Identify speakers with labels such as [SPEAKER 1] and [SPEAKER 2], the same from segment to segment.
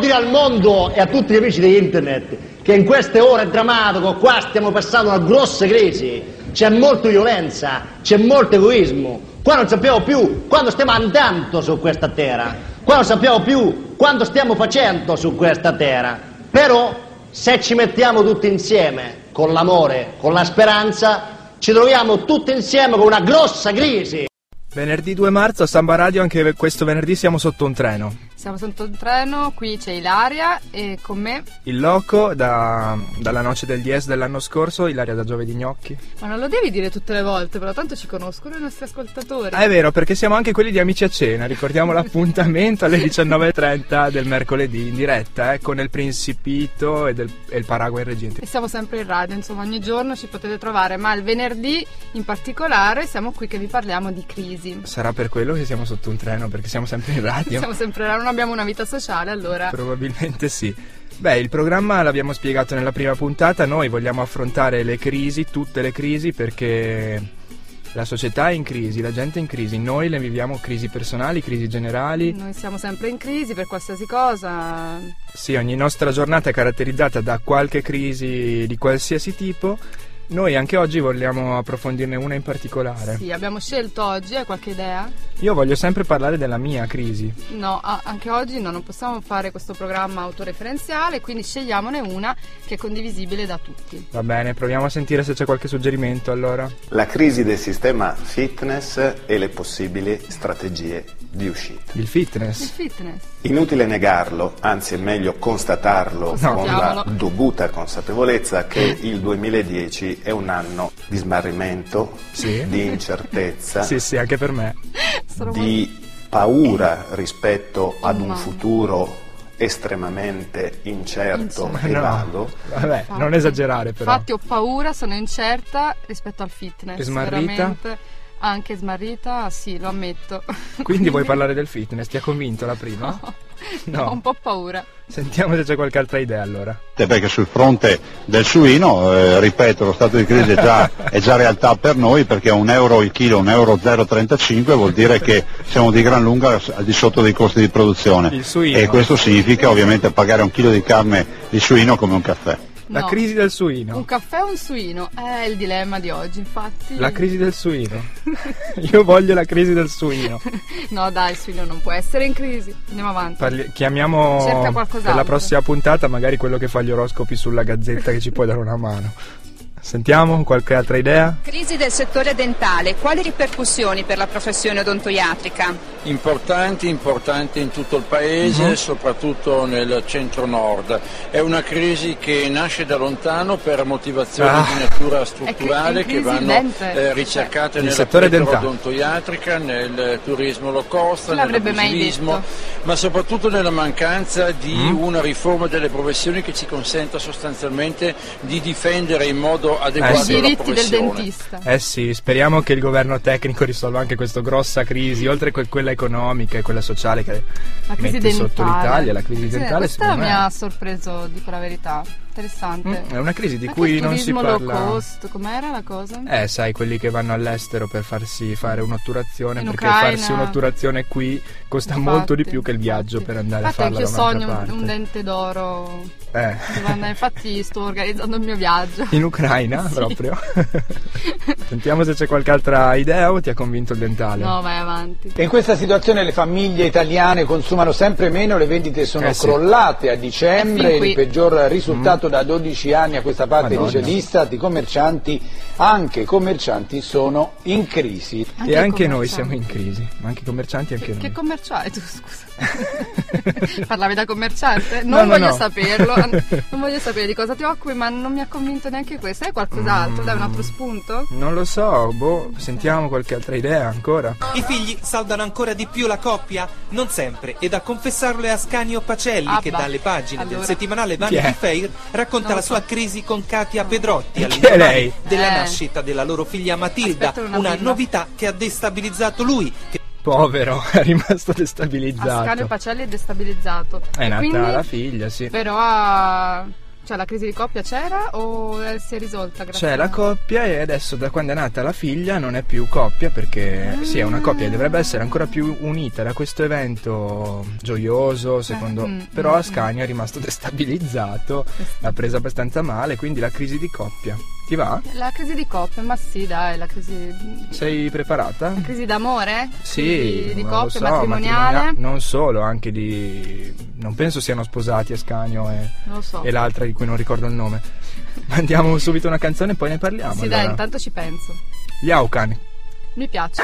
[SPEAKER 1] dire al mondo e a tutti gli amici di Internet che in queste ore drammatiche qua stiamo passando una grossa crisi, c'è molta violenza, c'è molto egoismo, qua non sappiamo più quando stiamo andando su questa terra, qua non sappiamo più quanto stiamo facendo su questa terra, però se ci mettiamo tutti insieme con l'amore, con la speranza, ci troviamo tutti insieme con una grossa crisi.
[SPEAKER 2] Venerdì 2 marzo a Samba Radio, anche questo venerdì siamo sotto un treno.
[SPEAKER 3] Siamo sotto un treno, qui c'è Ilaria e con me.
[SPEAKER 2] Il loco da- dalla noce del Dies dell'anno scorso, Ilaria da Giovedì Gnocchi.
[SPEAKER 3] Ma non lo devi dire tutte le volte, però tanto ci conoscono i nostri ascoltatori.
[SPEAKER 2] Ah, è vero, perché siamo anche quelli di Amici a Cena. Ricordiamo l'appuntamento alle 19.30 del mercoledì in diretta eh, con il Principito e, del- e il Paraguay Reggente.
[SPEAKER 3] E siamo sempre in radio, insomma ogni giorno ci potete trovare, ma il venerdì in particolare siamo qui che vi parliamo di crisi.
[SPEAKER 2] Sarà per quello che siamo sotto un treno, perché siamo sempre in radio.
[SPEAKER 3] Siamo sempre là, non abbiamo una vita sociale, allora
[SPEAKER 2] Probabilmente sì. Beh, il programma l'abbiamo spiegato nella prima puntata, noi vogliamo affrontare le crisi, tutte le crisi, perché la società è in crisi, la gente è in crisi, noi le viviamo crisi personali, crisi generali.
[SPEAKER 3] noi siamo sempre in crisi per qualsiasi cosa.
[SPEAKER 2] Sì, ogni nostra giornata è caratterizzata da qualche crisi di qualsiasi tipo. Noi anche oggi vogliamo approfondirne una in particolare.
[SPEAKER 3] Sì, abbiamo scelto oggi, hai qualche idea?
[SPEAKER 2] Io voglio sempre parlare della mia crisi.
[SPEAKER 3] No, a- anche oggi no, non possiamo fare questo programma autoreferenziale, quindi scegliamone una che è condivisibile da tutti.
[SPEAKER 2] Va bene, proviamo a sentire se c'è qualche suggerimento allora.
[SPEAKER 4] La crisi del sistema fitness e le possibili strategie di uscita.
[SPEAKER 2] Il
[SPEAKER 3] Il
[SPEAKER 2] fitness.
[SPEAKER 3] fitness.
[SPEAKER 4] Inutile negarlo, anzi è meglio constatarlo con la
[SPEAKER 3] Constatiamolo.
[SPEAKER 4] dovuta consapevolezza che
[SPEAKER 2] Eh.
[SPEAKER 4] il 2010 è un anno di smarrimento,
[SPEAKER 2] Sì.
[SPEAKER 4] di incertezza,
[SPEAKER 2] Sì, sì, anche per me.
[SPEAKER 3] Sono
[SPEAKER 4] di paura rispetto ad un
[SPEAKER 3] Mamma.
[SPEAKER 4] futuro estremamente incerto
[SPEAKER 3] Insomma,
[SPEAKER 4] e
[SPEAKER 2] Eh, no.
[SPEAKER 4] vago.
[SPEAKER 2] Vabbè, non esagerare però.
[SPEAKER 3] Infatti ho paura, sono incerta rispetto al fitness.
[SPEAKER 2] E smarrita?
[SPEAKER 3] veramente. Anche smarrita, sì, lo ammetto.
[SPEAKER 2] Quindi vuoi parlare del fitness? Ti ha convinto la prima?
[SPEAKER 3] Ho un po' paura.
[SPEAKER 2] Sentiamo se c'è qualche altra idea allora.
[SPEAKER 5] Eh, perché sul fronte del suino, eh, ripeto, lo stato di crisi è già, è già realtà per noi perché un euro il chilo, un euro 0,35 vuol dire che siamo di gran lunga s- al di sotto dei costi di produzione
[SPEAKER 2] Il suino.
[SPEAKER 5] e questo significa ovviamente pagare un chilo di carne di suino come un caffè.
[SPEAKER 2] La
[SPEAKER 3] No.
[SPEAKER 2] crisi del suino.
[SPEAKER 3] Un caffè o un suino? È il dilemma di oggi, infatti.
[SPEAKER 2] La crisi del suino. Io voglio la crisi del suino.
[SPEAKER 3] No, dai, il suino non può essere in crisi. Andiamo avanti.
[SPEAKER 2] Parli- chiamiamo
[SPEAKER 3] Cerca
[SPEAKER 2] per
[SPEAKER 3] qualcos'altro.
[SPEAKER 2] la prossima puntata magari quello che fa gli oroscopi sulla gazzetta che ci può dare una mano. Sentiamo qualche altra idea?
[SPEAKER 6] Crisi del settore dentale, quali ripercussioni per la professione odontoiatrica?
[SPEAKER 7] importanti, importanti in tutto il paese,
[SPEAKER 3] Mhm.
[SPEAKER 7] soprattutto nel centro-nord. È una crisi che nasce da lontano per motivazioni
[SPEAKER 2] Ah.
[SPEAKER 7] di natura
[SPEAKER 3] È
[SPEAKER 7] strutturale
[SPEAKER 3] cri-
[SPEAKER 7] che
[SPEAKER 3] è crisi Cioè,
[SPEAKER 7] vanno
[SPEAKER 3] dente.
[SPEAKER 7] eh, ricercate
[SPEAKER 2] Il
[SPEAKER 7] nella
[SPEAKER 2] settore
[SPEAKER 7] cultura
[SPEAKER 2] dentale.
[SPEAKER 7] odontoiatrica, nel turismo low cost,
[SPEAKER 3] Chi l'avrebbe mai
[SPEAKER 7] nell'abusivismo,
[SPEAKER 3] detto? Mm.
[SPEAKER 7] ma soprattutto nella mancanza di una riforma delle professioni che ci consenta sostanzialmente di difendere in modo adeguato
[SPEAKER 2] sì.
[SPEAKER 3] Eh I
[SPEAKER 7] la
[SPEAKER 3] diritti del
[SPEAKER 7] professione.
[SPEAKER 3] dentista.
[SPEAKER 2] Eh sì, speriamo che il governo tecnico risolva anche questa grossa crisi, oltre a quella economica e quella sociale che
[SPEAKER 3] La crisi
[SPEAKER 2] mette
[SPEAKER 3] dentale.
[SPEAKER 2] sotto l'Italia, la crisi
[SPEAKER 3] Sì,
[SPEAKER 2] dentale
[SPEAKER 3] Questa
[SPEAKER 2] secondo me
[SPEAKER 3] mi ha sorpreso, dico la verità. Interessante.
[SPEAKER 2] Mm, è una crisi di
[SPEAKER 3] Anche
[SPEAKER 2] cui
[SPEAKER 3] il
[SPEAKER 2] non si
[SPEAKER 3] turismo
[SPEAKER 2] parla.
[SPEAKER 3] low cost, com'era la cosa?
[SPEAKER 2] Eh, sai, quelli che vanno all'estero per farsi fare un'otturazione,
[SPEAKER 3] In
[SPEAKER 2] perché
[SPEAKER 3] Ucraina.
[SPEAKER 2] farsi un'otturazione qui costa
[SPEAKER 3] Infatti,
[SPEAKER 2] molto di più che il viaggio
[SPEAKER 3] infatti.
[SPEAKER 2] per andare
[SPEAKER 3] infatti
[SPEAKER 2] a farla
[SPEAKER 3] anche io
[SPEAKER 2] da un'altra
[SPEAKER 3] sogno un-
[SPEAKER 2] parte.
[SPEAKER 3] un dente d'oro
[SPEAKER 2] Eh.
[SPEAKER 3] Devo andare- infatti sto organizzando il mio viaggio
[SPEAKER 2] In Ucraina
[SPEAKER 3] Sì.
[SPEAKER 2] proprio. Sentiamo se c'è qualche altra idea o ti ha convinto il dentale.
[SPEAKER 3] no vai avanti
[SPEAKER 8] E in questa situazione le famiglie italiane consumano sempre meno, le vendite sono
[SPEAKER 2] Eh sì.
[SPEAKER 8] crollate a
[SPEAKER 3] Eh,
[SPEAKER 8] dicembre,
[SPEAKER 3] fin qui.
[SPEAKER 8] il peggior risultato da 12 anni a questa parte
[SPEAKER 2] Madonna.
[SPEAKER 8] dice l'Istat, i commercianti, anche i commercianti sono in crisi.
[SPEAKER 2] e
[SPEAKER 3] i
[SPEAKER 2] anche noi
[SPEAKER 3] commercianti.
[SPEAKER 2] siamo in crisi, ma anche i commercianti anche
[SPEAKER 3] che,
[SPEAKER 2] noi.
[SPEAKER 3] che commerciale tu scusa parlavi da commerciante
[SPEAKER 2] No,
[SPEAKER 3] non
[SPEAKER 2] no,
[SPEAKER 3] voglio
[SPEAKER 2] no.
[SPEAKER 3] saperlo an- non voglio sapere di cosa ti occupi ma non mi ha convinto neanche questo hai qualcos'altro dai un altro spunto
[SPEAKER 2] Non lo so, boh, sentiamo qualche altra idea ancora.
[SPEAKER 9] I figli saldano ancora di più la coppia? Non sempre, e da confessarlo è Ascanio Pacelli
[SPEAKER 3] Ah,
[SPEAKER 9] che
[SPEAKER 3] bah.
[SPEAKER 9] dalle pagine
[SPEAKER 3] Allora.
[SPEAKER 9] del settimanale
[SPEAKER 2] Chi è?
[SPEAKER 9] Vanity Fair racconta
[SPEAKER 3] Non
[SPEAKER 9] la
[SPEAKER 3] so.
[SPEAKER 9] sua crisi con Katia Pedrotti
[SPEAKER 2] è
[SPEAKER 9] all'indomani
[SPEAKER 2] lei?
[SPEAKER 9] della
[SPEAKER 3] Eh.
[SPEAKER 9] nascita della loro figlia Matilda,
[SPEAKER 3] Aspettano una
[SPEAKER 9] una,
[SPEAKER 3] birra.
[SPEAKER 9] novità che ha destabilizzato lui, che
[SPEAKER 2] Povero, è rimasto
[SPEAKER 3] Ascanio
[SPEAKER 2] destabilizzato.
[SPEAKER 3] Pacelli è destabilizzato
[SPEAKER 2] Esatto. È
[SPEAKER 3] E
[SPEAKER 2] nata
[SPEAKER 3] quindi-
[SPEAKER 2] la figlia, sì.
[SPEAKER 3] però ha Cioè la crisi di coppia c'era o eh, si è risolta? Grazie
[SPEAKER 2] C'è la coppia e adesso da quando è nata la figlia non è più coppia perché sì, è una coppia e dovrebbe essere ancora più unita da questo evento gioioso, secondo...
[SPEAKER 3] mm,
[SPEAKER 2] però
[SPEAKER 3] mm,
[SPEAKER 2] Ascanio è rimasto destabilizzato, l'ha presa abbastanza male, quindi la crisi di coppia. Ti va?
[SPEAKER 3] La crisi di coppia, ma sì dai, la crisi...
[SPEAKER 2] Sei preparata?
[SPEAKER 3] Crisi d'amore?
[SPEAKER 2] Sì,
[SPEAKER 3] Di, di
[SPEAKER 2] ma lo
[SPEAKER 3] coppia,
[SPEAKER 2] so,
[SPEAKER 3] matrimoniale?
[SPEAKER 2] matrimonia- non solo, anche di... non penso siano sposati Ascanio e,
[SPEAKER 3] Non lo so.
[SPEAKER 2] e l'altra di cui non ricordo il nome. Mandiamo subito una canzone e poi ne parliamo.
[SPEAKER 3] sì,
[SPEAKER 2] allora.
[SPEAKER 3] dai, intanto ci penso.
[SPEAKER 2] Gli Aucan,
[SPEAKER 3] Mi piace.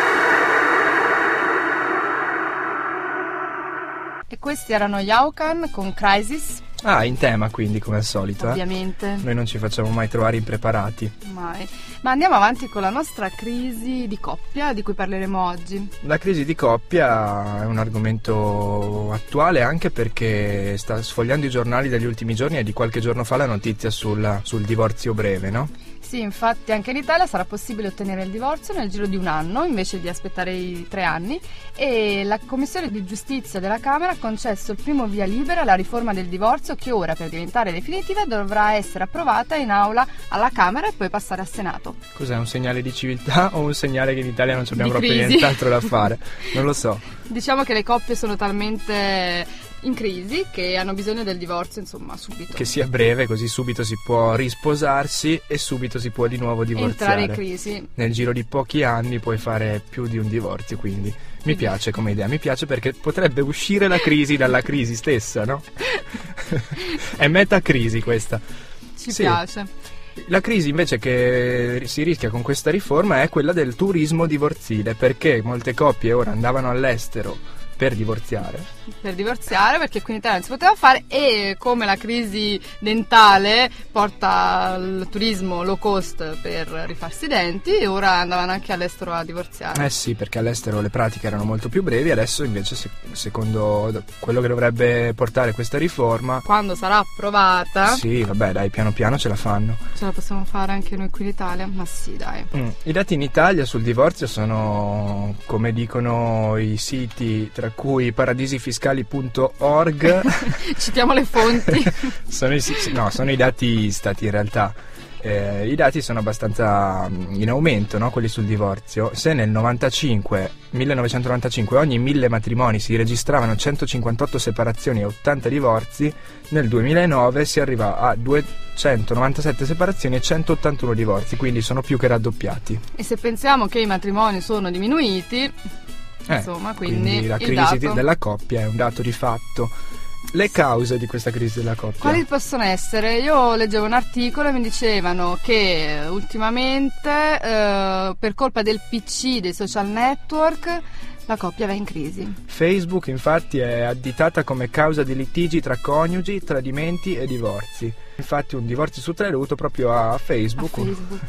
[SPEAKER 3] E questi erano gli Aucan con Crisis,
[SPEAKER 2] Ah, in tema quindi, come al solito. Eh?
[SPEAKER 3] ovviamente.
[SPEAKER 2] Noi non ci facciamo mai trovare impreparati.
[SPEAKER 3] Mai. Ma andiamo avanti con la nostra crisi di coppia di cui parleremo oggi.
[SPEAKER 2] La crisi di coppia è un argomento attuale anche perché sta sfogliando i giornali degli ultimi giorni e di qualche giorno fa la notizia sul, sul divorzio breve, no?
[SPEAKER 3] Sì, infatti anche in Italia sarà possibile ottenere il divorzio nel giro di un anno invece di aspettare i tre anni e la Commissione di Giustizia della Camera ha concesso il primo via libera alla riforma del divorzio che ora per diventare definitiva dovrà essere approvata in aula alla Camera e poi passare al Senato.
[SPEAKER 2] Cos'è un segnale di civiltà o un segnale che in Italia non ci abbiamo
[SPEAKER 3] Di
[SPEAKER 2] proprio
[SPEAKER 3] crisi.
[SPEAKER 2] nient'altro da fare? Non lo so.
[SPEAKER 3] Diciamo che le coppie sono talmente in crisi che hanno bisogno del divorzio, insomma, subito.
[SPEAKER 2] Che sia breve, così subito si può risposarsi e subito si può di nuovo
[SPEAKER 3] Entrare
[SPEAKER 2] divorziare.
[SPEAKER 3] in crisi.
[SPEAKER 2] Nel giro di pochi anni puoi fare più di un divorzio, quindi mi piace come idea, mi piace perché potrebbe uscire la crisi dalla crisi stessa, no? È meta crisi questa.
[SPEAKER 3] Ci
[SPEAKER 2] Sì.
[SPEAKER 3] piace.
[SPEAKER 2] La crisi invece che si rischia con questa riforma è quella del turismo divorzile, perché molte coppie ora andavano all'estero per divorziare.
[SPEAKER 3] per divorziare perché qui in Italia non si poteva fare e come la crisi dentale porta al turismo low cost per rifarsi i denti e ora andavano anche all'estero a divorziare.
[SPEAKER 2] Eh sì, perché all'estero le pratiche erano molto più brevi, adesso invece se- secondo do- quello che dovrebbe portare questa riforma...
[SPEAKER 3] Quando sarà approvata
[SPEAKER 2] Eh. Sì, vabbè, dai, piano piano ce la fanno.
[SPEAKER 3] ce la possiamo fare anche noi qui in Italia? Ma sì, dai.
[SPEAKER 2] Mm. I dati in Italia sul divorzio sono, come dicono i siti, tra cui paradisifiscali.org,
[SPEAKER 3] Citiamo le fonti.
[SPEAKER 2] sono, i, si- no, sono i dati Istat in realtà. Eh, I dati sono abbastanza mm, in aumento, no? quelli sul divorzio. Se nel 95, 1995 ogni mille matrimoni si registravano 158 separazioni e 80 divorzi, nel 2009 si arriva a 297 separazioni e 181 divorzi, quindi sono più che raddoppiati.
[SPEAKER 3] e se pensiamo che i matrimoni sono diminuiti,
[SPEAKER 2] Eh,
[SPEAKER 3] insomma, quindi,
[SPEAKER 2] la
[SPEAKER 3] il
[SPEAKER 2] crisi
[SPEAKER 3] dato.
[SPEAKER 2] di- della coppia è un dato di fatto. Le cause di questa crisi della coppia?
[SPEAKER 3] Quali possono essere? Io leggevo un articolo e mi dicevano che eh, ultimamente eh, per colpa del PC, dei social network, la coppia va in crisi.
[SPEAKER 2] Facebook infatti è additata come causa di litigi tra coniugi, tradimenti e divorzi. Infatti un divorzio su tre è dovuto proprio a
[SPEAKER 3] A
[SPEAKER 2] Facebook, un-
[SPEAKER 3] Facebook.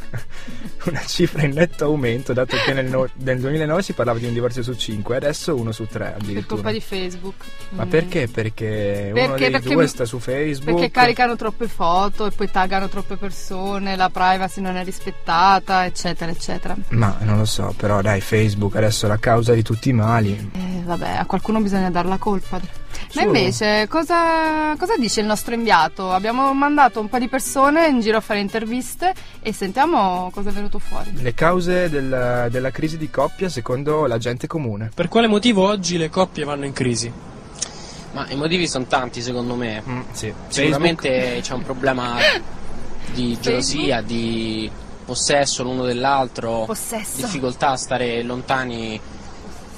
[SPEAKER 2] una cifra in netto aumento dato che nel, no- nel 2009 si parlava di un divorzio su cinque, adesso uno su tre
[SPEAKER 3] Per
[SPEAKER 2] addirittura.
[SPEAKER 3] colpa di Facebook.
[SPEAKER 2] Ma
[SPEAKER 3] Mm.
[SPEAKER 2] perché? Perché, uno dei
[SPEAKER 3] perché
[SPEAKER 2] due
[SPEAKER 3] mi-
[SPEAKER 2] sta su Facebook.
[SPEAKER 3] Perché caricano troppe foto e poi taggano troppe persone, la privacy non è rispettata, eccetera, eccetera.
[SPEAKER 2] Ma non lo so, però dai Facebook adesso è la causa di tutti i mali,
[SPEAKER 3] Eh, vabbè, a qualcuno bisogna dar la colpa. Ma
[SPEAKER 2] Solo-
[SPEAKER 3] invece, cosa, cosa dice il nostro inviato? Abbiamo mandato un po' di persone in giro a fare interviste e sentiamo cosa è venuto fuori.
[SPEAKER 2] Le cause del- della crisi di coppia secondo la gente comune.
[SPEAKER 10] Per quale motivo oggi le coppie vanno in crisi?
[SPEAKER 11] Ma i motivi sono tanti secondo me.
[SPEAKER 2] sì.
[SPEAKER 11] Sicuramente c'è un problema di gelosia, di possesso l'uno dell'altro,
[SPEAKER 3] Possesso.
[SPEAKER 11] difficoltà a stare lontani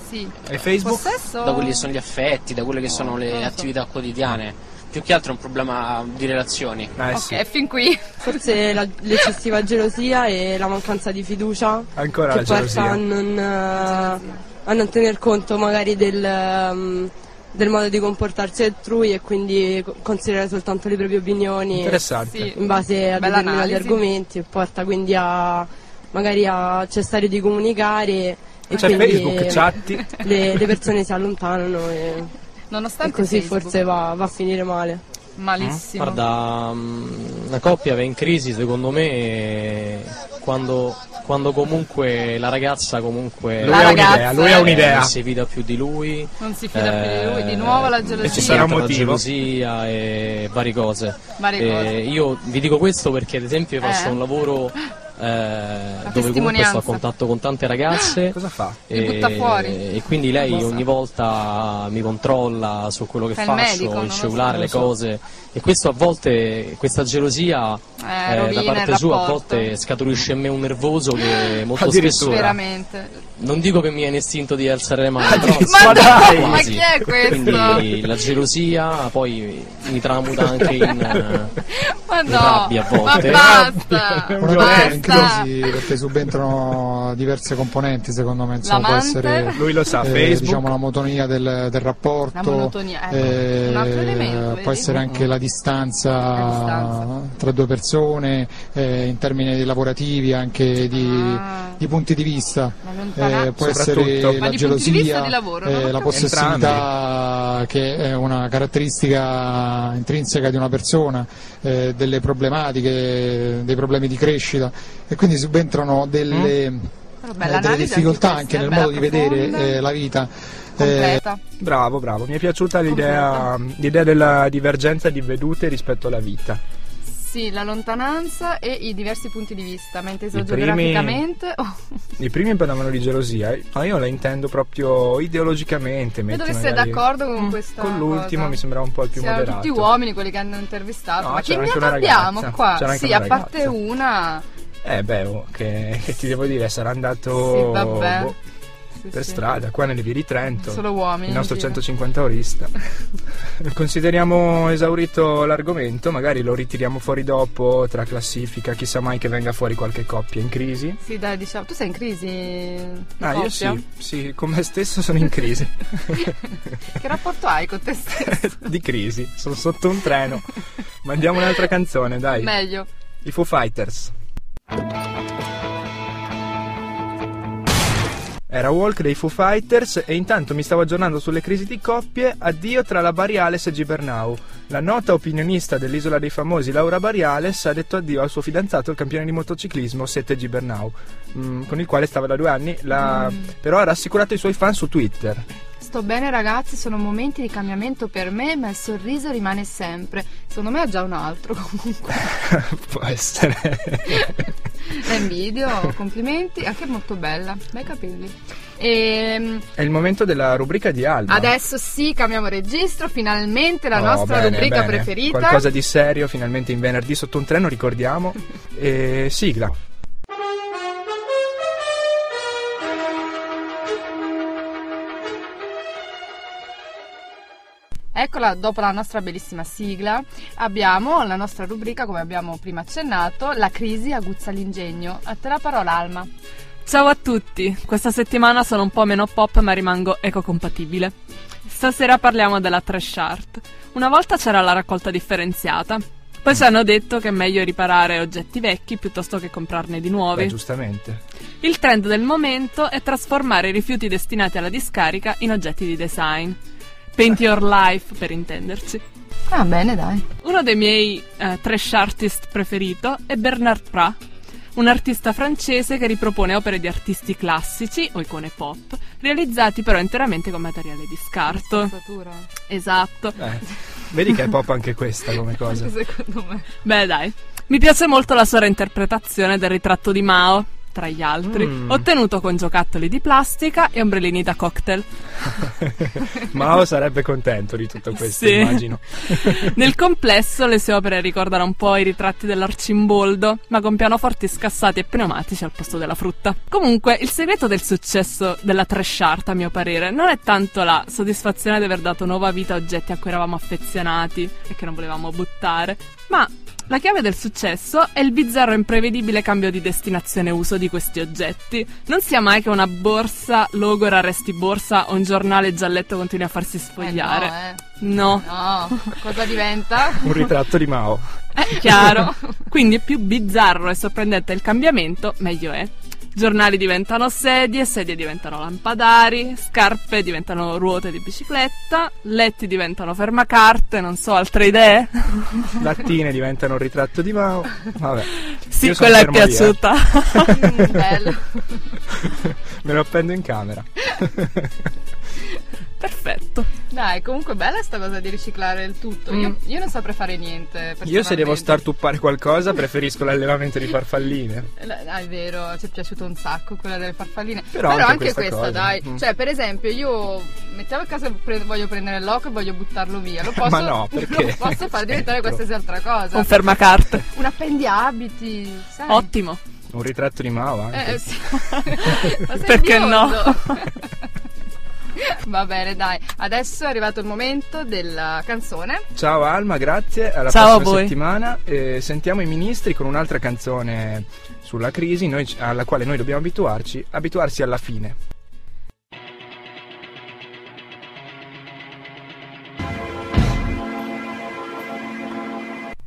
[SPEAKER 3] Sì.
[SPEAKER 2] E Facebook?
[SPEAKER 3] Possesso?
[SPEAKER 11] da quelli che sono gli affetti, da quelle che sono
[SPEAKER 3] non lo
[SPEAKER 11] le
[SPEAKER 3] so.
[SPEAKER 11] attività quotidiane. Più che altro è un problema di relazioni.
[SPEAKER 2] Eh
[SPEAKER 3] Ok, fin qui.
[SPEAKER 12] Forse la- l'eccessiva gelosia e la mancanza di fiducia
[SPEAKER 2] Ancora
[SPEAKER 12] che
[SPEAKER 2] la
[SPEAKER 12] porta a
[SPEAKER 2] gelosia.
[SPEAKER 12] non, eh, a non tener conto magari del, ehm, del modo di comportarsi altrui e quindi co- considerare soltanto le proprie opinioni
[SPEAKER 2] Interessante.
[SPEAKER 3] Sì.
[SPEAKER 12] in base a
[SPEAKER 3] Bella
[SPEAKER 12] determinati
[SPEAKER 3] analisi.
[SPEAKER 12] argomenti e porta quindi a magari a cessare di comunicare e
[SPEAKER 2] C'è
[SPEAKER 12] quindi
[SPEAKER 2] Facebook, chatti.
[SPEAKER 12] le, le persone si allontanano e, e
[SPEAKER 3] Nonostante
[SPEAKER 12] così
[SPEAKER 3] Facebook,
[SPEAKER 12] forse va- va a finire male.
[SPEAKER 3] malissimo.
[SPEAKER 13] Eh?
[SPEAKER 10] Guarda, mm, la coppia va in crisi secondo me quando
[SPEAKER 14] eh, quando comunque la ragazza comunque
[SPEAKER 2] Lui La ha un'idea, ragazza. lui ha un'idea.
[SPEAKER 3] eh,
[SPEAKER 14] non si fida più di lui
[SPEAKER 3] Non si fida più di lui, di nuovo la gelosia.
[SPEAKER 14] e ci sarà un motivo la gelosia e varie cose,
[SPEAKER 3] Varie
[SPEAKER 14] E
[SPEAKER 3] cose.
[SPEAKER 14] io vi dico questo perché ad esempio io faccio
[SPEAKER 3] Eh.
[SPEAKER 14] un lavoro eh, dove comunque
[SPEAKER 3] testimonianza.
[SPEAKER 14] sto a contatto con tante ragazze
[SPEAKER 2] cosa fa?
[SPEAKER 14] e,
[SPEAKER 3] butta fuori.
[SPEAKER 14] e quindi lei
[SPEAKER 3] Cosa?
[SPEAKER 14] ogni volta mi controlla su quello che
[SPEAKER 3] Fa il
[SPEAKER 14] faccio
[SPEAKER 3] medico, non
[SPEAKER 14] il
[SPEAKER 3] lo
[SPEAKER 14] cellulare
[SPEAKER 3] so.
[SPEAKER 14] le cose e questo a volte questa gelosia eh, da
[SPEAKER 3] rovina il
[SPEAKER 14] parte sua a
[SPEAKER 3] rapporto.
[SPEAKER 14] volte scaturisce in me un nervoso che molto spesso
[SPEAKER 3] Veramente.
[SPEAKER 14] non dico che mi viene istinto di alzare le mani, però
[SPEAKER 3] Ah, Ma dai, ma
[SPEAKER 14] quasi.
[SPEAKER 3] chi è questo?
[SPEAKER 14] Quindi la gelosia poi mi tramuta anche in, eh,
[SPEAKER 3] Ma
[SPEAKER 14] in
[SPEAKER 3] no,
[SPEAKER 14] rabbia a
[SPEAKER 3] ma
[SPEAKER 14] volte.
[SPEAKER 3] basta, basta.
[SPEAKER 15] perché subentrano diverse componenti secondo me insomma, può
[SPEAKER 3] L'amante.
[SPEAKER 15] essere
[SPEAKER 2] Lui lo sa,
[SPEAKER 15] eh,
[SPEAKER 2] Facebook.
[SPEAKER 15] diciamo la monotonia del, del
[SPEAKER 3] La
[SPEAKER 15] rapporto
[SPEAKER 3] monotonia, ecco,
[SPEAKER 15] eh,
[SPEAKER 3] un altro elemento,
[SPEAKER 15] può
[SPEAKER 3] vedi?
[SPEAKER 15] essere anche la distanza, tra due persone eh, in termini lavorativi anche di,
[SPEAKER 3] Ah,
[SPEAKER 15] di punti di vista
[SPEAKER 3] lontananza.
[SPEAKER 15] Eh, può
[SPEAKER 2] Soprattutto. Ma di
[SPEAKER 15] essere la
[SPEAKER 2] punti di
[SPEAKER 15] gelosia
[SPEAKER 2] vista o di lavoro?
[SPEAKER 15] eh,
[SPEAKER 2] Non ho
[SPEAKER 15] la
[SPEAKER 2] capito.
[SPEAKER 15] possessività che è una caratteristica intrinseca di una persona eh, delle problematiche dei problemi di crescita e quindi subentrano delle
[SPEAKER 13] Mm?
[SPEAKER 3] Però
[SPEAKER 15] eh,
[SPEAKER 3] bella
[SPEAKER 15] delle
[SPEAKER 3] analisi
[SPEAKER 15] difficoltà
[SPEAKER 3] anche
[SPEAKER 15] anche
[SPEAKER 3] questa,
[SPEAKER 15] nel
[SPEAKER 3] bella
[SPEAKER 15] modo di vedere
[SPEAKER 3] profonda.
[SPEAKER 15] eh, la vita. Eh,
[SPEAKER 3] Completa.
[SPEAKER 2] Bravo, bravo, mi è piaciuta l'idea, l'idea della divergenza di vedute rispetto alla vita.
[SPEAKER 3] Sì, la lontananza e i diversi punti di vista, ma inteso
[SPEAKER 2] I primi-
[SPEAKER 3] geograficamente oh, o
[SPEAKER 2] I primi parlavano di gelosia, ma io la intendo proprio ideologicamente.
[SPEAKER 3] Vedo
[SPEAKER 2] metti
[SPEAKER 3] che sei
[SPEAKER 2] magari- Mm.
[SPEAKER 3] d'accordo con questa
[SPEAKER 2] Con l'ultimo
[SPEAKER 3] cosa.
[SPEAKER 2] mi sembrava un po' il più
[SPEAKER 3] Siamo
[SPEAKER 2] moderato.
[SPEAKER 3] tutti uomini quelli che hanno intervistato,
[SPEAKER 2] No,
[SPEAKER 3] ma che
[SPEAKER 2] c'era anche
[SPEAKER 3] ne
[SPEAKER 2] una
[SPEAKER 3] abbiamo
[SPEAKER 2] ragazza,
[SPEAKER 3] qua?
[SPEAKER 2] c'era anche
[SPEAKER 3] Sì,
[SPEAKER 2] una
[SPEAKER 3] a parte
[SPEAKER 2] ragazza.
[SPEAKER 3] una.
[SPEAKER 2] Eh beh, oh, che, che ti devo dire, sarà andato
[SPEAKER 3] Sì, vabbè.
[SPEAKER 2] boh,
[SPEAKER 3] Sì,
[SPEAKER 2] per
[SPEAKER 3] sì.
[SPEAKER 2] strada, qua nelle vie di Trento.
[SPEAKER 3] Solo uomini
[SPEAKER 2] Il
[SPEAKER 3] in
[SPEAKER 2] nostro
[SPEAKER 3] giro.
[SPEAKER 2] 150 orista. Consideriamo esaurito l'argomento, magari lo ritiriamo fuori dopo tra classifica, chissà mai che venga fuori qualche coppia in crisi.
[SPEAKER 3] Sì, dai, diciamo, tu sei in crisi? di
[SPEAKER 2] Ah, io
[SPEAKER 3] coppia?
[SPEAKER 2] sì, sì, con me stesso sono in crisi.
[SPEAKER 3] Che rapporto hai con te stesso?
[SPEAKER 2] Di crisi, sono sotto un treno. Mandiamo un'altra canzone, dai.
[SPEAKER 3] Meglio.
[SPEAKER 2] I Foo Fighters. Era Walk dei Foo Fighters e intanto mi stavo aggiornando sulle crisi di coppie, addio tra la Bariales e Gibernau. La nota opinionista dell'Isola dei Famosi Laura Bariales ha detto addio al suo fidanzato, il campione di motociclismo Sette Gibernau, mm, con il quale stava da due anni, la- però ha rassicurato i suoi fan su Twitter.
[SPEAKER 3] Sto bene ragazzi, sono momenti di cambiamento per me, ma il sorriso rimane sempre. Secondo me ha già un altro comunque.
[SPEAKER 2] Può essere.
[SPEAKER 3] La invidio, complimenti, anche molto bella, bei capelli. Ehm,
[SPEAKER 2] È il momento della rubrica di Alba.
[SPEAKER 3] adesso sì, cambiamo registro, finalmente la
[SPEAKER 2] Oh,
[SPEAKER 3] nostra
[SPEAKER 2] bene,
[SPEAKER 3] rubrica
[SPEAKER 2] bene.
[SPEAKER 3] preferita.
[SPEAKER 2] Qualcosa di serio, finalmente in venerdì sotto un treno, ricordiamo. e sigla.
[SPEAKER 3] Eccola, dopo la nostra bellissima sigla, abbiamo la nostra rubrica, come abbiamo prima accennato, la crisi aguzza l'ingegno. A te la parola Alma.
[SPEAKER 13] Ciao a tutti, questa settimana sono un po' meno pop ma rimango ecocompatibile. Stasera parliamo della trash art. Una volta c'era la raccolta differenziata, poi ci hanno detto che è meglio riparare oggetti vecchi piuttosto che comprarne di
[SPEAKER 2] Beh,
[SPEAKER 13] nuovi.
[SPEAKER 2] giustamente.
[SPEAKER 13] Il trend del momento è trasformare i rifiuti destinati alla discarica in oggetti di design. Paint your life, per intenderci.
[SPEAKER 3] Ah, bene, dai.
[SPEAKER 13] Uno dei miei eh, trash artist preferito è Bernard Prat, un artista francese che ripropone opere di artisti classici o icone pop, realizzati però interamente con materiale di scarto. Esatto.
[SPEAKER 2] Beh, vedi che è pop anche questa come cosa.
[SPEAKER 3] Secondo me.
[SPEAKER 13] Beh, dai. Mi piace molto la sua reinterpretazione del ritratto di Mao, tra gli altri,
[SPEAKER 2] Mm.
[SPEAKER 13] ottenuto con giocattoli di plastica e ombrellini da cocktail.
[SPEAKER 2] Mao sarebbe contento di tutto questo,
[SPEAKER 13] Sì.
[SPEAKER 2] immagino.
[SPEAKER 13] Nel complesso le sue opere ricordano un po' i ritratti dell'Arcimboldo, ma con pianoforti scassati e pneumatici al posto della frutta. Comunque, il segreto del successo della trash art, a mio parere, non è tanto la soddisfazione di aver dato nuova vita a oggetti a cui eravamo affezionati e che non volevamo buttare, ma la chiave del successo è il bizzarro e imprevedibile cambio di destinazione uso di questi oggetti. Non sia mai che una borsa, logora, resti borsa o un giornale gialletto continui a farsi sfogliare.
[SPEAKER 3] eh.
[SPEAKER 13] No.
[SPEAKER 3] No, cosa diventa?
[SPEAKER 2] Un ritratto di Mao.
[SPEAKER 16] Eh,
[SPEAKER 13] Chiaro. Quindi più bizzarro e sorprendente è il cambiamento, meglio è.
[SPEAKER 16] Giornali diventano sedie, sedie diventano lampadari, scarpe diventano ruote di bicicletta, letti diventano fermacarte, non so, altre idee?
[SPEAKER 2] Lattine diventano un ritratto di Mao. Vabbè.
[SPEAKER 16] Sì,
[SPEAKER 2] Io sono
[SPEAKER 16] quella è
[SPEAKER 2] fermo lì, eh.
[SPEAKER 16] piaciuta.
[SPEAKER 3] Mm, Bello.
[SPEAKER 2] Me lo appendo in camera.
[SPEAKER 16] Perfetto.
[SPEAKER 3] Dai, comunque bella sta cosa di riciclare il tutto. Io, io non saprei fare niente.
[SPEAKER 2] Mm. Io se devo
[SPEAKER 3] personalmente.
[SPEAKER 2] startuppare qualcosa preferisco l'allevamento di farfalline.
[SPEAKER 3] La- Ah, è vero, ci è piaciuto un sacco quella delle farfalline.
[SPEAKER 2] Però anche
[SPEAKER 3] anche
[SPEAKER 2] questa
[SPEAKER 3] questa,
[SPEAKER 2] cosa.
[SPEAKER 3] dai.
[SPEAKER 2] Mm.
[SPEAKER 3] Cioè, per esempio, io mettiamo a caso pre- voglio prendere il loco e voglio buttarlo via. Lo
[SPEAKER 2] Eh,
[SPEAKER 3] posso,
[SPEAKER 2] ma no, perché? Ecco.
[SPEAKER 3] lo posso far diventare qualsiasi altra cosa.
[SPEAKER 16] Un fermacarte.
[SPEAKER 3] Un appendiabiti, sai?
[SPEAKER 16] Ottimo.
[SPEAKER 2] Un ritratto di Mao anche.
[SPEAKER 3] Eh, sì. Ma sei
[SPEAKER 16] Perché no?
[SPEAKER 3] biondo. Va bene, dai. Adesso è arrivato il momento della canzone.
[SPEAKER 2] Ciao Alma, grazie. Alla
[SPEAKER 16] Ciao a
[SPEAKER 2] prossima
[SPEAKER 16] voi.
[SPEAKER 2] settimana. Eh, sentiamo i ministri con un'altra canzone sulla crisi noi ci- alla quale noi dobbiamo abituarci, abituarsi alla fine.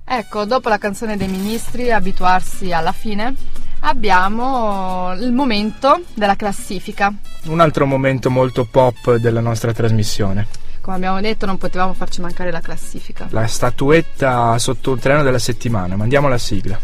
[SPEAKER 3] Ecco, dopo la canzone dei ministri, abituarsi alla fine, abbiamo il momento della classifica.
[SPEAKER 2] Un altro momento molto pop della nostra trasmissione.
[SPEAKER 3] Come abbiamo detto, non potevamo farci mancare la classifica.
[SPEAKER 2] La statuetta sotto il treno della settimana. Mandiamo la sigla.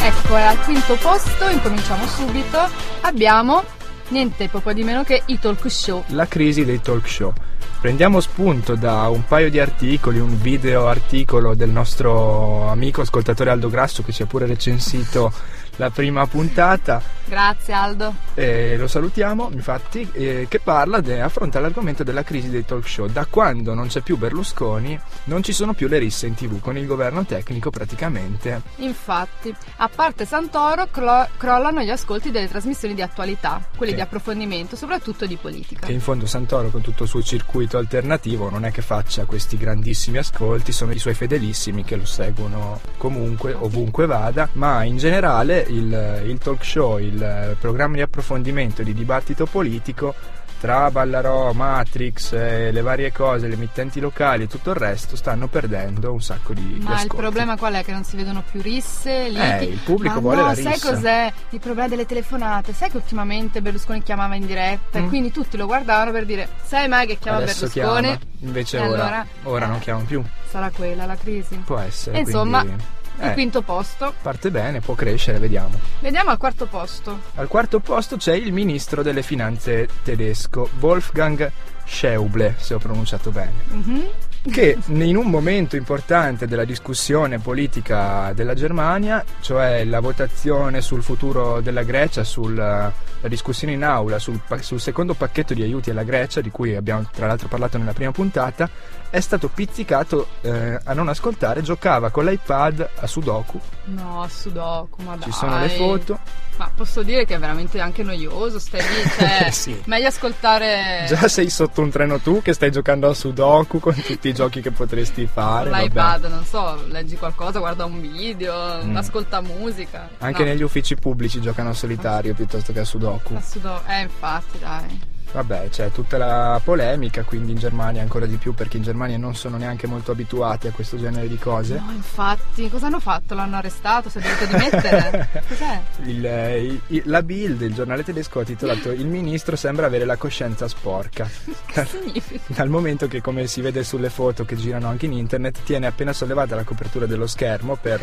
[SPEAKER 3] Ecco, è al quinto posto, incominciamo subito. Abbiamo niente poco di meno che i talk show.
[SPEAKER 2] la crisi dei talk show. Prendiamo spunto da un paio di articoli, un video articolo del nostro amico ascoltatore Aldo Grasso che ci ha pure recensito la prima puntata,
[SPEAKER 3] Grazie Aldo.
[SPEAKER 2] eh, lo salutiamo infatti, eh, che parla e affronta l'argomento della crisi dei talk show. Da quando non c'è più Berlusconi non ci sono più le risse in tv, con il governo tecnico praticamente
[SPEAKER 3] Infatti, a parte Santoro, clo- crollano gli ascolti delle trasmissioni di attualità, quelle
[SPEAKER 2] Sì.
[SPEAKER 3] di approfondimento, soprattutto di politica.
[SPEAKER 2] che in fondo Santoro con tutto il suo circuito alternativo non è che faccia questi grandissimi ascolti, sono i suoi fedelissimi che lo seguono comunque, ovunque vada, ma in generale il, il talk show, il eh, programma di approfondimento, e di dibattito politico tra Ballarò, Matrix, eh, le varie cose, le emittenti locali e tutto il resto stanno perdendo un sacco di, di
[SPEAKER 3] Ma il
[SPEAKER 2] ascolti.
[SPEAKER 3] problema qual è? Che non si vedono più risse, liti.
[SPEAKER 2] Eh, il pubblico
[SPEAKER 3] Ma
[SPEAKER 2] vuole
[SPEAKER 3] no,
[SPEAKER 2] la
[SPEAKER 3] sai
[SPEAKER 2] rissa.
[SPEAKER 3] cos'è? Il problema delle telefonate. Sai che ultimamente Berlusconi chiamava in diretta e
[SPEAKER 2] Mm.
[SPEAKER 3] quindi tutti lo guardavano per dire sai mai che chiama
[SPEAKER 2] Adesso
[SPEAKER 3] Berlusconi?
[SPEAKER 2] chiama, invece
[SPEAKER 3] E
[SPEAKER 2] ora,
[SPEAKER 3] allora? eh,
[SPEAKER 2] ora non chiamano più,
[SPEAKER 3] Sarà quella la crisi.
[SPEAKER 2] può essere.
[SPEAKER 3] E insomma,
[SPEAKER 2] quindi,
[SPEAKER 3] Il
[SPEAKER 2] eh,
[SPEAKER 3] quinto posto.
[SPEAKER 2] parte bene, può crescere, vediamo.
[SPEAKER 3] Vediamo al quarto posto.
[SPEAKER 2] Al quarto posto c'è il ministro delle finanze tedesco, Wolfgang Schäuble, se ho pronunciato bene,
[SPEAKER 3] Mhm.
[SPEAKER 2] che in un momento importante della discussione politica della Germania, cioè la votazione sul futuro della Grecia, sulla la discussione in aula sul, pa- sul secondo pacchetto di aiuti alla Grecia, di cui abbiamo tra l'altro parlato nella prima puntata, è stato pizzicato eh, a non ascoltare, giocava con l'iPad a Sudoku,
[SPEAKER 3] No, Sudoku, ma dai.
[SPEAKER 2] ci sono le foto.
[SPEAKER 3] Ma posso dire che è veramente anche noioso, stai lì, cioè,
[SPEAKER 2] Sì.
[SPEAKER 3] meglio ascoltare
[SPEAKER 2] Già sei sotto un treno tu che stai giocando a Sudoku con tutti i giochi che potresti fare. vabbè.
[SPEAKER 3] l'iPad, non so, leggi qualcosa, guarda un video,
[SPEAKER 2] Mm.
[SPEAKER 3] ascolta musica.
[SPEAKER 2] Anche
[SPEAKER 3] no.
[SPEAKER 2] negli uffici pubblici giocano a solitario piuttosto che a Sudoku.
[SPEAKER 3] A Sudoku, eh, infatti, dai.
[SPEAKER 2] Vabbè, c'è tutta la polemica, quindi in Germania ancora di più perché in Germania non sono neanche molto abituati a questo genere di cose.
[SPEAKER 3] No, infatti, cosa hanno fatto? L'hanno arrestato? Si è dovuto dimettere? Cos'è?
[SPEAKER 2] Il- eh, il- la Bild, il giornale tedesco, ha titolato Il ministro sembra avere la coscienza sporca.
[SPEAKER 3] Che significa?
[SPEAKER 2] Dal momento che, come si vede sulle foto che girano anche in internet, tiene appena sollevata la copertura dello schermo per,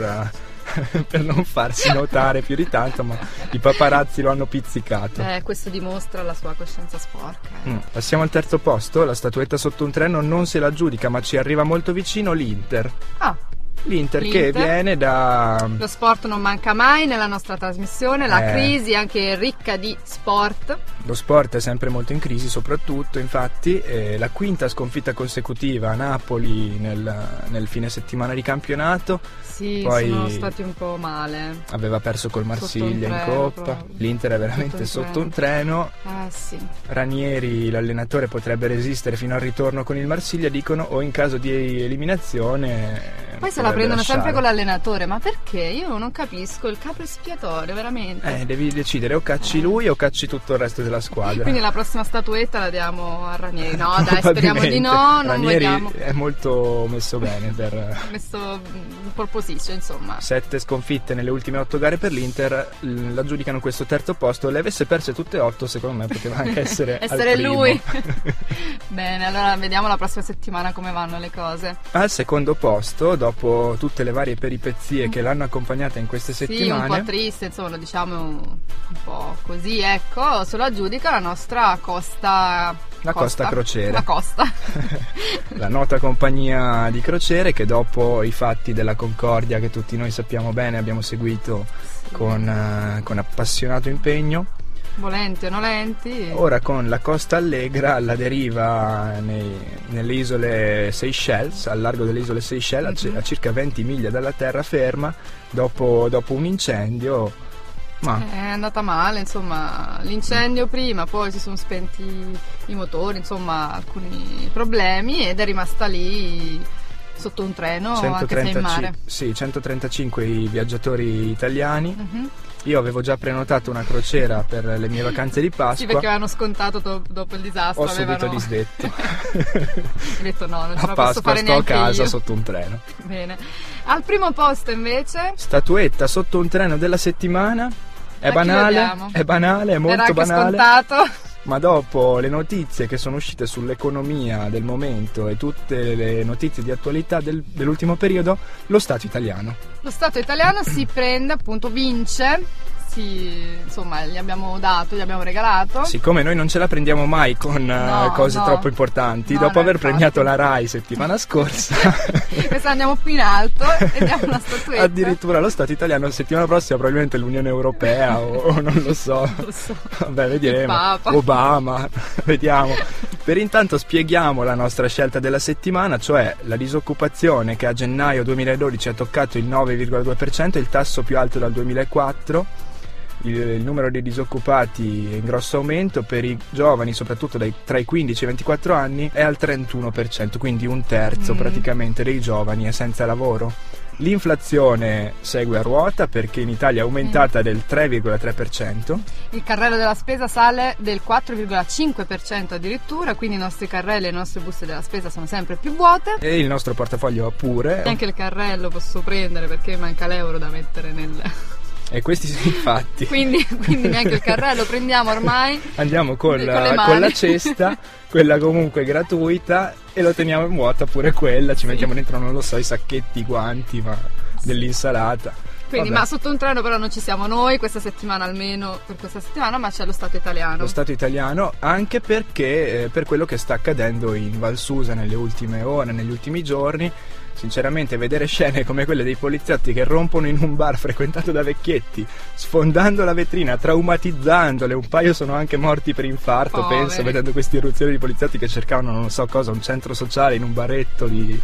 [SPEAKER 2] eh, per non farsi notare più di tanto, ma i paparazzi lo hanno pizzicato.
[SPEAKER 3] Eh, questo dimostra la sua coscienza sporca. eh.
[SPEAKER 2] Mm, Passiamo al terzo posto, la statuetta sotto un treno non se la giudica, ma ci arriva molto vicino l'Inter.
[SPEAKER 3] Ah,
[SPEAKER 2] L'Inter, che
[SPEAKER 3] L'Inter?
[SPEAKER 2] viene da... mm,
[SPEAKER 3] lo sport non manca mai nella nostra trasmissione, la
[SPEAKER 2] Eh.
[SPEAKER 3] crisi è anche ricca di sport.
[SPEAKER 2] Lo sport è sempre molto in crisi, soprattutto infatti eh, la quinta sconfitta consecutiva a Napoli nel, nel fine settimana di campionato
[SPEAKER 3] Sì,
[SPEAKER 2] Poi-
[SPEAKER 3] sono stati un po' male.
[SPEAKER 2] aveva perso col
[SPEAKER 3] Sotto un
[SPEAKER 2] Marsiglia in
[SPEAKER 3] treno,
[SPEAKER 2] coppa,
[SPEAKER 3] proprio.
[SPEAKER 2] l'Inter è veramente
[SPEAKER 3] Sotto un
[SPEAKER 2] sotto un treno,
[SPEAKER 3] Eh sì.
[SPEAKER 2] Ranieri l'allenatore potrebbe resistere fino al ritorno con il Marsiglia, dicono o in caso di eliminazione
[SPEAKER 3] Poi se
[SPEAKER 2] dovrebbe
[SPEAKER 3] la prendono
[SPEAKER 2] lasciare.
[SPEAKER 3] sempre con l'allenatore, ma perché? Io non capisco, il capro espiatorio, veramente.
[SPEAKER 2] Eh, devi decidere o cacci lui o cacci tutto il resto della squadra.
[SPEAKER 3] Quindi la prossima statuetta la diamo a Ranieri. No, dai, speriamo di no,
[SPEAKER 2] Probabilmente.
[SPEAKER 3] non
[SPEAKER 2] Ranieri
[SPEAKER 3] vogliamo.
[SPEAKER 2] è molto messo bene per
[SPEAKER 3] Ho messo un pole position, mm, insomma.
[SPEAKER 2] sette sconfitte nelle ultime otto gare per l'Inter, l- la giudicano questo terzo posto, le avesse perse tutte e otto secondo me poteva anche essere, al
[SPEAKER 3] Essere
[SPEAKER 2] primo.
[SPEAKER 3] lui. Bene, allora vediamo la prossima settimana come vanno le cose.
[SPEAKER 2] Al secondo posto, dopo tutte le varie peripezie che l'hanno accompagnata in queste
[SPEAKER 3] Sì, un po'
[SPEAKER 2] settimane,
[SPEAKER 3] triste, insomma, lo diciamo un, un po' così, ecco, se lo aggiudica la nostra Costa...
[SPEAKER 2] La Costa Crociere.
[SPEAKER 3] La Costa.
[SPEAKER 2] la nota compagnia di crociere che dopo i fatti della Concordia che tutti noi sappiamo bene abbiamo seguito con, eh, con appassionato impegno,
[SPEAKER 3] Volenti o nolenti.
[SPEAKER 2] Ora con la Costa Allegra alla deriva nei- nelle isole Seychelles, al largo delle isole Seychelles, a ci-
[SPEAKER 3] Mhm.
[SPEAKER 2] a, circa 20 miglia dalla terraferma, dopo, dopo un incendio. Ma
[SPEAKER 3] È andata male, insomma,
[SPEAKER 2] Mm.
[SPEAKER 3] l'incendio prima, poi si sono spenti i motori, insomma, alcuni problemi ed è rimasta lì sotto un treno, Oh, anche se in
[SPEAKER 2] 135
[SPEAKER 3] mare.
[SPEAKER 2] sì, 135 i viaggiatori italiani.
[SPEAKER 3] Mhm.
[SPEAKER 2] Io avevo già prenotato una crociera per le mie vacanze di Pasqua.
[SPEAKER 3] Sì, perché avevano scontato do- dopo il disastro,
[SPEAKER 2] Ho subito
[SPEAKER 3] avevano
[SPEAKER 2] disdetto.
[SPEAKER 3] detto no, non ce
[SPEAKER 2] A
[SPEAKER 3] la
[SPEAKER 2] Pasqua
[SPEAKER 3] posso fare
[SPEAKER 2] sto a
[SPEAKER 3] neanche
[SPEAKER 2] casa
[SPEAKER 3] io.
[SPEAKER 2] sotto un treno.
[SPEAKER 3] Bene. Al primo posto invece
[SPEAKER 2] Statuetta sotto un treno della settimana. È
[SPEAKER 3] A chi
[SPEAKER 2] banale,
[SPEAKER 3] vediamo?
[SPEAKER 2] è banale, è molto
[SPEAKER 3] era anche
[SPEAKER 2] banale.
[SPEAKER 3] scontato.
[SPEAKER 2] Ma dopo le notizie che sono uscite sull'economia del momento e tutte le notizie di attualità del- dell'ultimo periodo, lo Stato italiano.
[SPEAKER 3] Lo Stato italiano si prende, appunto, vince. Si, insomma, gli abbiamo dato, gli abbiamo regalato.
[SPEAKER 2] Siccome noi non ce la prendiamo mai con eh,
[SPEAKER 3] No,
[SPEAKER 2] cose
[SPEAKER 3] no.
[SPEAKER 2] troppo importanti,
[SPEAKER 3] No,
[SPEAKER 2] dopo
[SPEAKER 3] no,
[SPEAKER 2] aver
[SPEAKER 3] infatti.
[SPEAKER 2] premiato la RAI settimana scorsa,
[SPEAKER 3] Questa andiamo più in alto e diamo una statuetta.
[SPEAKER 2] addirittura lo Stato italiano settimana prossima probabilmente l'Unione Europea o, o non lo so.
[SPEAKER 3] Lo so.
[SPEAKER 2] Vabbè,
[SPEAKER 3] Il
[SPEAKER 2] vedremo.
[SPEAKER 3] Papa.
[SPEAKER 2] Obama, vediamo. Per intanto spieghiamo la nostra scelta della settimana, cioè la disoccupazione che a gennaio 2012 ha toccato il 9,2%, il tasso più alto dal 2004. Il, il numero dei disoccupati è in grosso aumento per i giovani, soprattutto dai- tra i 15 e i 24 anni, è al 31%, quindi un terzo
[SPEAKER 13] Mm.
[SPEAKER 2] praticamente dei giovani è senza lavoro. L'inflazione segue a ruota perché in Italia è aumentata del 3,3%.
[SPEAKER 3] Il carrello della spesa sale del 4,5% addirittura, quindi i nostri carrelli e le nostre buste della spesa sono sempre più vuote.
[SPEAKER 2] E il nostro portafoglio pure.
[SPEAKER 3] Neanche il carrello posso prendere perché manca l'euro da mettere nel...
[SPEAKER 2] E questi sono i fatti.
[SPEAKER 3] Quindi, quindi neanche il carrello prendiamo ormai.
[SPEAKER 2] Andiamo con,
[SPEAKER 3] Con
[SPEAKER 2] la,
[SPEAKER 3] le mani.
[SPEAKER 2] con la cesta, quella comunque gratuita, e lo teniamo in vuota pure quella. Ci mettiamo dentro, non lo so, i sacchetti quanti, ma dell'insalata.
[SPEAKER 3] Quindi,
[SPEAKER 2] Vabbè,
[SPEAKER 3] ma sotto un treno però non ci siamo noi, questa settimana almeno per questa settimana, ma c'è lo Stato italiano.
[SPEAKER 2] Lo Stato italiano, anche perché eh, per quello che sta accadendo in Valsusa nelle ultime ore, negli ultimi giorni. Sinceramente, vedere scene come quelle dei poliziotti che rompono in un bar frequentato da vecchietti, sfondando la vetrina, traumatizzandole, un paio sono anche morti per infarto,
[SPEAKER 13] Poveri.
[SPEAKER 2] penso, vedendo queste irruzioni di poliziotti che cercavano non so cosa, un centro sociale in un barretto di,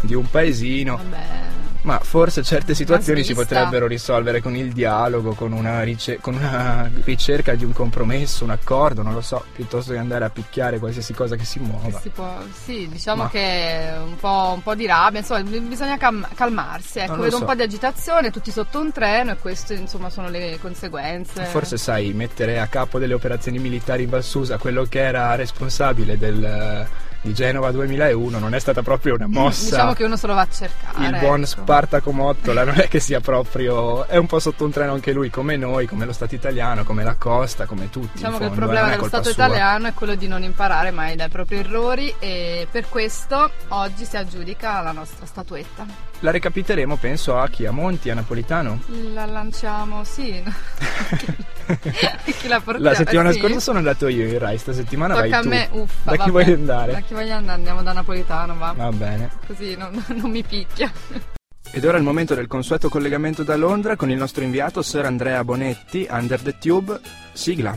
[SPEAKER 2] di un paesino. Ma forse certe situazioni si
[SPEAKER 13] svista.
[SPEAKER 2] potrebbero risolvere con il dialogo, con una, rice- con una ricerca di un compromesso, un accordo, non lo so, piuttosto che andare a picchiare qualsiasi cosa che si muova.
[SPEAKER 3] Si può- sì, diciamo
[SPEAKER 2] Ma-
[SPEAKER 3] che è un po', un po' di rabbia, insomma, bi- bisogna cam- calmarsi. Ecco,
[SPEAKER 2] Non lo
[SPEAKER 3] vedo un
[SPEAKER 2] so.
[SPEAKER 3] po' di agitazione, tutti sotto un treno e queste insomma sono le conseguenze.
[SPEAKER 2] Forse sai, mettere a capo delle operazioni militari in Valsusa quello che era responsabile del, di Genova 2001 non è stata proprio una mossa.
[SPEAKER 3] Diciamo che uno se lo va a cercare.
[SPEAKER 2] il buon
[SPEAKER 3] ecco.
[SPEAKER 2] Spartaco Mottola non è che sia proprio è un po' sotto un treno anche lui come noi come lo Stato italiano come la Costa come tutti
[SPEAKER 3] Diciamo
[SPEAKER 2] in
[SPEAKER 3] che il
[SPEAKER 2] fondo, eh,
[SPEAKER 3] problema
[SPEAKER 2] non è
[SPEAKER 3] dello
[SPEAKER 2] colpa
[SPEAKER 3] Stato
[SPEAKER 2] sua.
[SPEAKER 3] italiano è quello di non imparare mai dai propri errori e per questo oggi si aggiudica la nostra statuetta.
[SPEAKER 2] la recapiteremo penso a chi a Monti a Napolitano
[SPEAKER 3] La lanciamo, sì. chi, chi la portiamo?
[SPEAKER 2] la settimana
[SPEAKER 3] Eh, sì.
[SPEAKER 2] scorsa sono andato io in Rai stasettimana vai
[SPEAKER 3] Tocca a
[SPEAKER 2] tu
[SPEAKER 3] me, uffa.
[SPEAKER 2] da chi
[SPEAKER 3] vabbè.
[SPEAKER 2] vuoi andare?
[SPEAKER 3] Da chi voglio andare? Andiamo da Napolitano, va.
[SPEAKER 2] va bene
[SPEAKER 3] Così non, non mi picchia.
[SPEAKER 2] Ed ora è il momento del consueto collegamento da Londra con il nostro inviato Sir Andrea Bonetti, Under the Tube, sigla.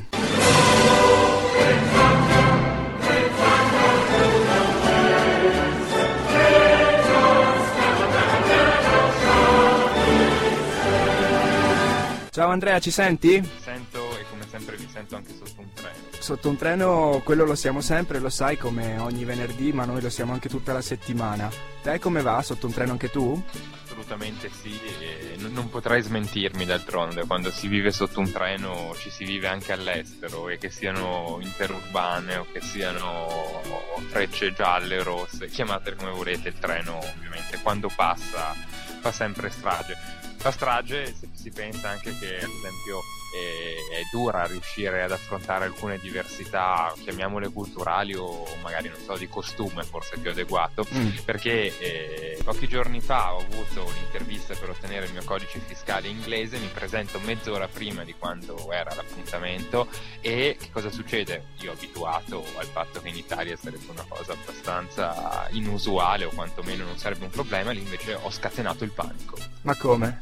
[SPEAKER 2] Ciao Andrea, ci senti?
[SPEAKER 17] Sento e come sempre vi sento anche sotto un treno.
[SPEAKER 2] Sotto un treno quello lo siamo sempre, lo sai come ogni venerdì, ma noi lo siamo anche tutta la settimana. Te come va? Sotto un treno anche tu?
[SPEAKER 13] Assolutamente sì, e non, non potrei smentirmi d'altronde, quando si vive sotto un treno ci si vive anche all'estero e che siano interurbane o che siano frecce gialle, rosse, chiamatele come volete, il treno ovviamente quando passa fa sempre strage. Fa strage se si pensa anche che ad esempio è, è dura riuscire ad affrontare alcune diversità, chiamiamole culturali o magari non so, di costume forse più adeguato,
[SPEAKER 17] Mm.
[SPEAKER 13] perché eh, pochi giorni fa ho avuto un'intervista per ottenere il mio codice fiscale inglese, mi presento mezz'ora prima di quando era l'appuntamento e che cosa succede? Io abituato al fatto che in Italia sarebbe una cosa abbastanza inusuale o quantomeno non sarebbe un problema, lì invece ho scatenato il panico.
[SPEAKER 2] Ma come?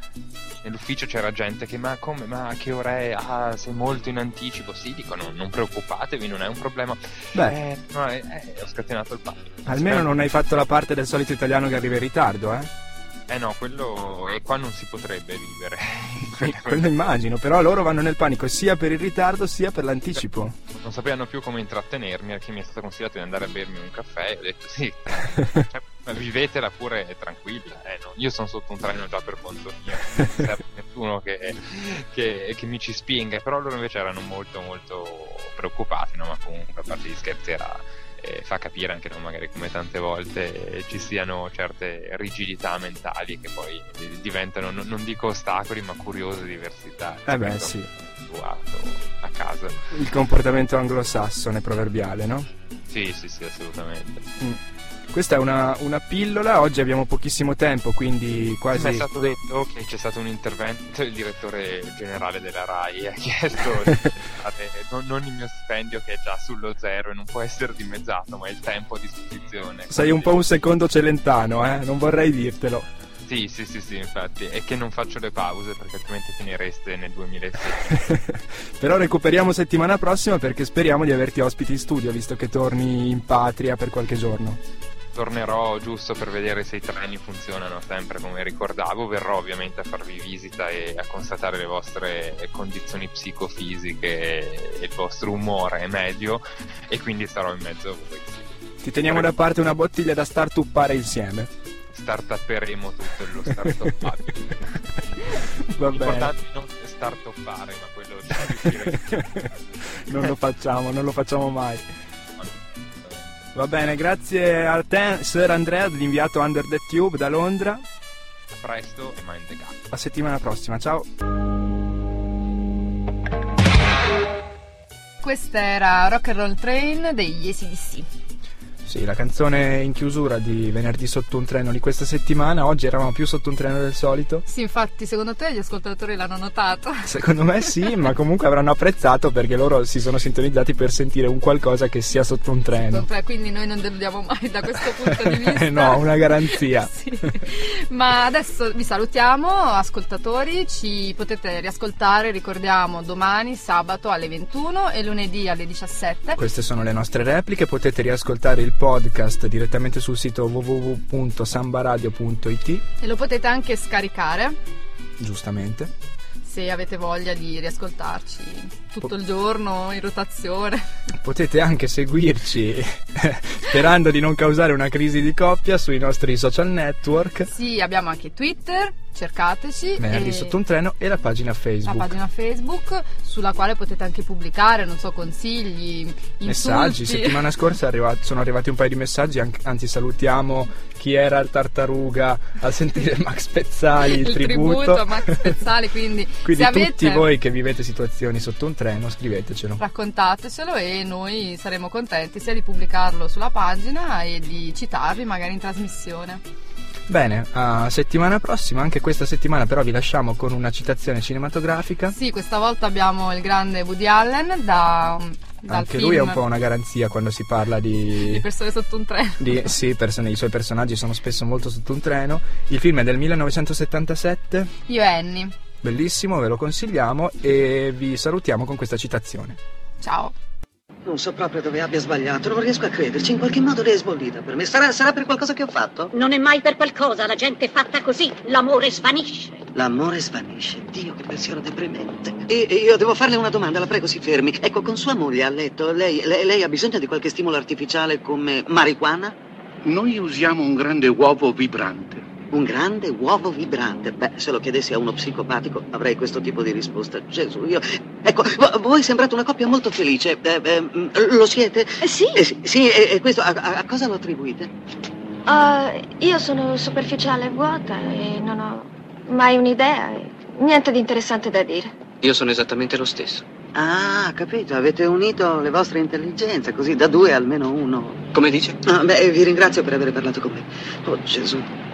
[SPEAKER 13] Nell'ufficio c'era gente che ma come, ma a che ora è? Ah, sei molto in anticipo. Sì, dicono, non preoccupatevi, non è un problema.
[SPEAKER 2] Beh.
[SPEAKER 13] Eh, no, eh, eh, ho scatenato il panico.
[SPEAKER 2] Almeno non hai fatto la parte del solito italiano che arriva in ritardo, eh?
[SPEAKER 13] Eh no, quello... E qua non si potrebbe vivere.
[SPEAKER 2] Quello immagino, però loro vanno nel panico sia per il ritardo sia per l'anticipo.
[SPEAKER 13] non sapevano più come intrattenermi, perché mi è stato consigliato di andare a bermi un caffè e ho detto sì, cioè, ma vivetela pure tranquilla. eh, no, Io sono sotto un treno già per conto mio, non serve nessuno che, che- che mi ci spinga, però loro invece erano molto molto preoccupati, no? ma comunque a parte gli scherzi era, eh, fa capire anche no, magari come tante volte eh, ci siano certe rigidità mentali che poi eh, diventano, non, non dico ostacoli, ma curiose diversità.
[SPEAKER 2] Eh beh,
[SPEAKER 13] rispetto
[SPEAKER 2] sì.
[SPEAKER 13] abituato a casa.
[SPEAKER 2] Il comportamento anglosassone proverbiale, no?
[SPEAKER 13] Sì, sì, sì, assolutamente.
[SPEAKER 2] Mm. Questa è una, una pillola, oggi abbiamo pochissimo tempo, quindi
[SPEAKER 13] Mi è
[SPEAKER 2] quasi...
[SPEAKER 13] stato detto che c'è stato un intervento, il direttore generale della RAI eh, ha chiesto di fare- non, non il mio stipendio che è già sullo zero e non può essere dimezzato, ma il tempo a disposizione.
[SPEAKER 2] Sei un po' un secondo celentano, eh? Non vorrei dirtelo.
[SPEAKER 13] Sì, sì, sì, sì, infatti. E che non faccio le pause perché altrimenti finireste nel 2016.
[SPEAKER 2] Però recuperiamo settimana prossima perché speriamo di averti ospiti in studio, visto che torni in patria per qualche giorno.
[SPEAKER 13] Tornerò giusto per vedere se i treni funzionano sempre come ricordavo. Verrò ovviamente a farvi visita e a constatare le vostre condizioni psicofisiche e il vostro umore medio. E quindi sarò in mezzo a voi.
[SPEAKER 2] Ti teniamo da parte una bottiglia da startuppare insieme.
[SPEAKER 13] Startupperemo tutto lo startup.
[SPEAKER 2] Va bene.
[SPEAKER 13] L'importante è non startuppare, ma quello di riuscire.
[SPEAKER 2] non lo facciamo, non lo facciamo mai. Va bene, grazie a te, Sir Andrea, dell'inviato Under the Tube da Londra.
[SPEAKER 13] A presto e mind the gap.
[SPEAKER 2] A settimana prossima, ciao.
[SPEAKER 3] Questa era Rock and Roll Train degli ACDC.
[SPEAKER 2] Sì, la canzone in chiusura di venerdì sotto un treno di questa settimana. Oggi eravamo più sotto un treno del solito.
[SPEAKER 3] Sì, infatti, secondo te gli ascoltatori l'hanno notato?
[SPEAKER 2] Secondo me sì, ma comunque avranno apprezzato perché loro si sono sintonizzati per sentire un qualcosa che sia sotto un treno.
[SPEAKER 3] Tre, Cioè, Quindi noi non deludiamo mai da questo punto di vista.
[SPEAKER 2] Eh no, una garanzia.
[SPEAKER 3] Ma adesso vi salutiamo, ascoltatori, ci potete riascoltare, ricordiamo, domani sabato alle 21 e lunedì alle 17.
[SPEAKER 2] Queste sono le nostre repliche, potete riascoltare il podcast direttamente sul sito www.sambaradio.it,
[SPEAKER 3] E lo potete anche scaricare
[SPEAKER 2] giustamente.
[SPEAKER 3] se avete voglia di riascoltarci tutto il giorno in rotazione.
[SPEAKER 2] Potete anche seguirci, sperando di non causare una crisi di coppia, sui nostri social network,
[SPEAKER 3] Sì, abbiamo anche Twitter, cercateci.
[SPEAKER 2] venerdì
[SPEAKER 3] e
[SPEAKER 2] sotto un treno e la pagina
[SPEAKER 3] La
[SPEAKER 2] Facebook.
[SPEAKER 3] pagina Facebook sulla quale potete anche pubblicare, non so, consigli, insulti.
[SPEAKER 2] Messaggi, settimana scorsa è arriva- sono arrivati un paio di messaggi, an- anzi salutiamo chi era il tartaruga a sentire Max Pezzali, il,
[SPEAKER 3] il tributo. a Max Pezzali, quindi,
[SPEAKER 2] Quindi
[SPEAKER 3] se
[SPEAKER 2] tutti
[SPEAKER 3] avete
[SPEAKER 2] voi che vivete situazioni sotto un treno, scrivetecelo.
[SPEAKER 3] raccontatecelo e noi saremo contenti sia di pubblicarlo sulla pagina e di citarvi magari in trasmissione.
[SPEAKER 2] Bene, a settimana prossima, anche questa settimana però vi lasciamo con una citazione cinematografica.
[SPEAKER 3] Sì, questa volta abbiamo il grande Woody Allen da, mm, dal
[SPEAKER 2] Anche
[SPEAKER 3] film
[SPEAKER 2] lui è un po' una garanzia quando si parla
[SPEAKER 3] di
[SPEAKER 2] di...
[SPEAKER 3] persone sotto un treno.
[SPEAKER 2] di- sì, persone- i suoi personaggi sono spesso molto sotto un treno. Il film è del 1977,
[SPEAKER 3] Io e Annie.
[SPEAKER 2] bellissimo, ve lo consigliamo e vi salutiamo con questa citazione.
[SPEAKER 3] Ciao.
[SPEAKER 15] Non so proprio dove abbia sbagliato, non riesco a crederci. In qualche modo lei è sbollita per me. Sarà, sarà per qualcosa che ho fatto?
[SPEAKER 18] Non è mai per qualcosa, la gente è fatta così, l'amore svanisce.
[SPEAKER 15] L'amore svanisce. Dio, che pensiero deprimente. E, e io devo farle una domanda, la prego si fermi. Ecco, con sua moglie a letto, lei, lei- lei ha bisogno di qualche stimolo artificiale come marijuana?
[SPEAKER 17] Noi usiamo un grande uovo vibrante.
[SPEAKER 15] Un grande uovo vibrante. Beh, se lo chiedessi a uno psicopatico avrei questo tipo di risposta. Gesù, io. Ecco, vo- voi sembrate una coppia molto felice. Eh, eh, mm, lo siete? sì. sì, sì, e, e questo a, a- a cosa lo attribuite?
[SPEAKER 18] Ah, io sono superficiale e vuota e non ho mai un'idea. e Niente di interessante da dire.
[SPEAKER 19] Io sono esattamente lo stesso.
[SPEAKER 15] Ah, capito, avete unito le vostre intelligenze, così da due almeno uno.
[SPEAKER 19] Come dice?
[SPEAKER 15] Ah, beh, vi ringrazio per aver parlato con me. Oh Gesù.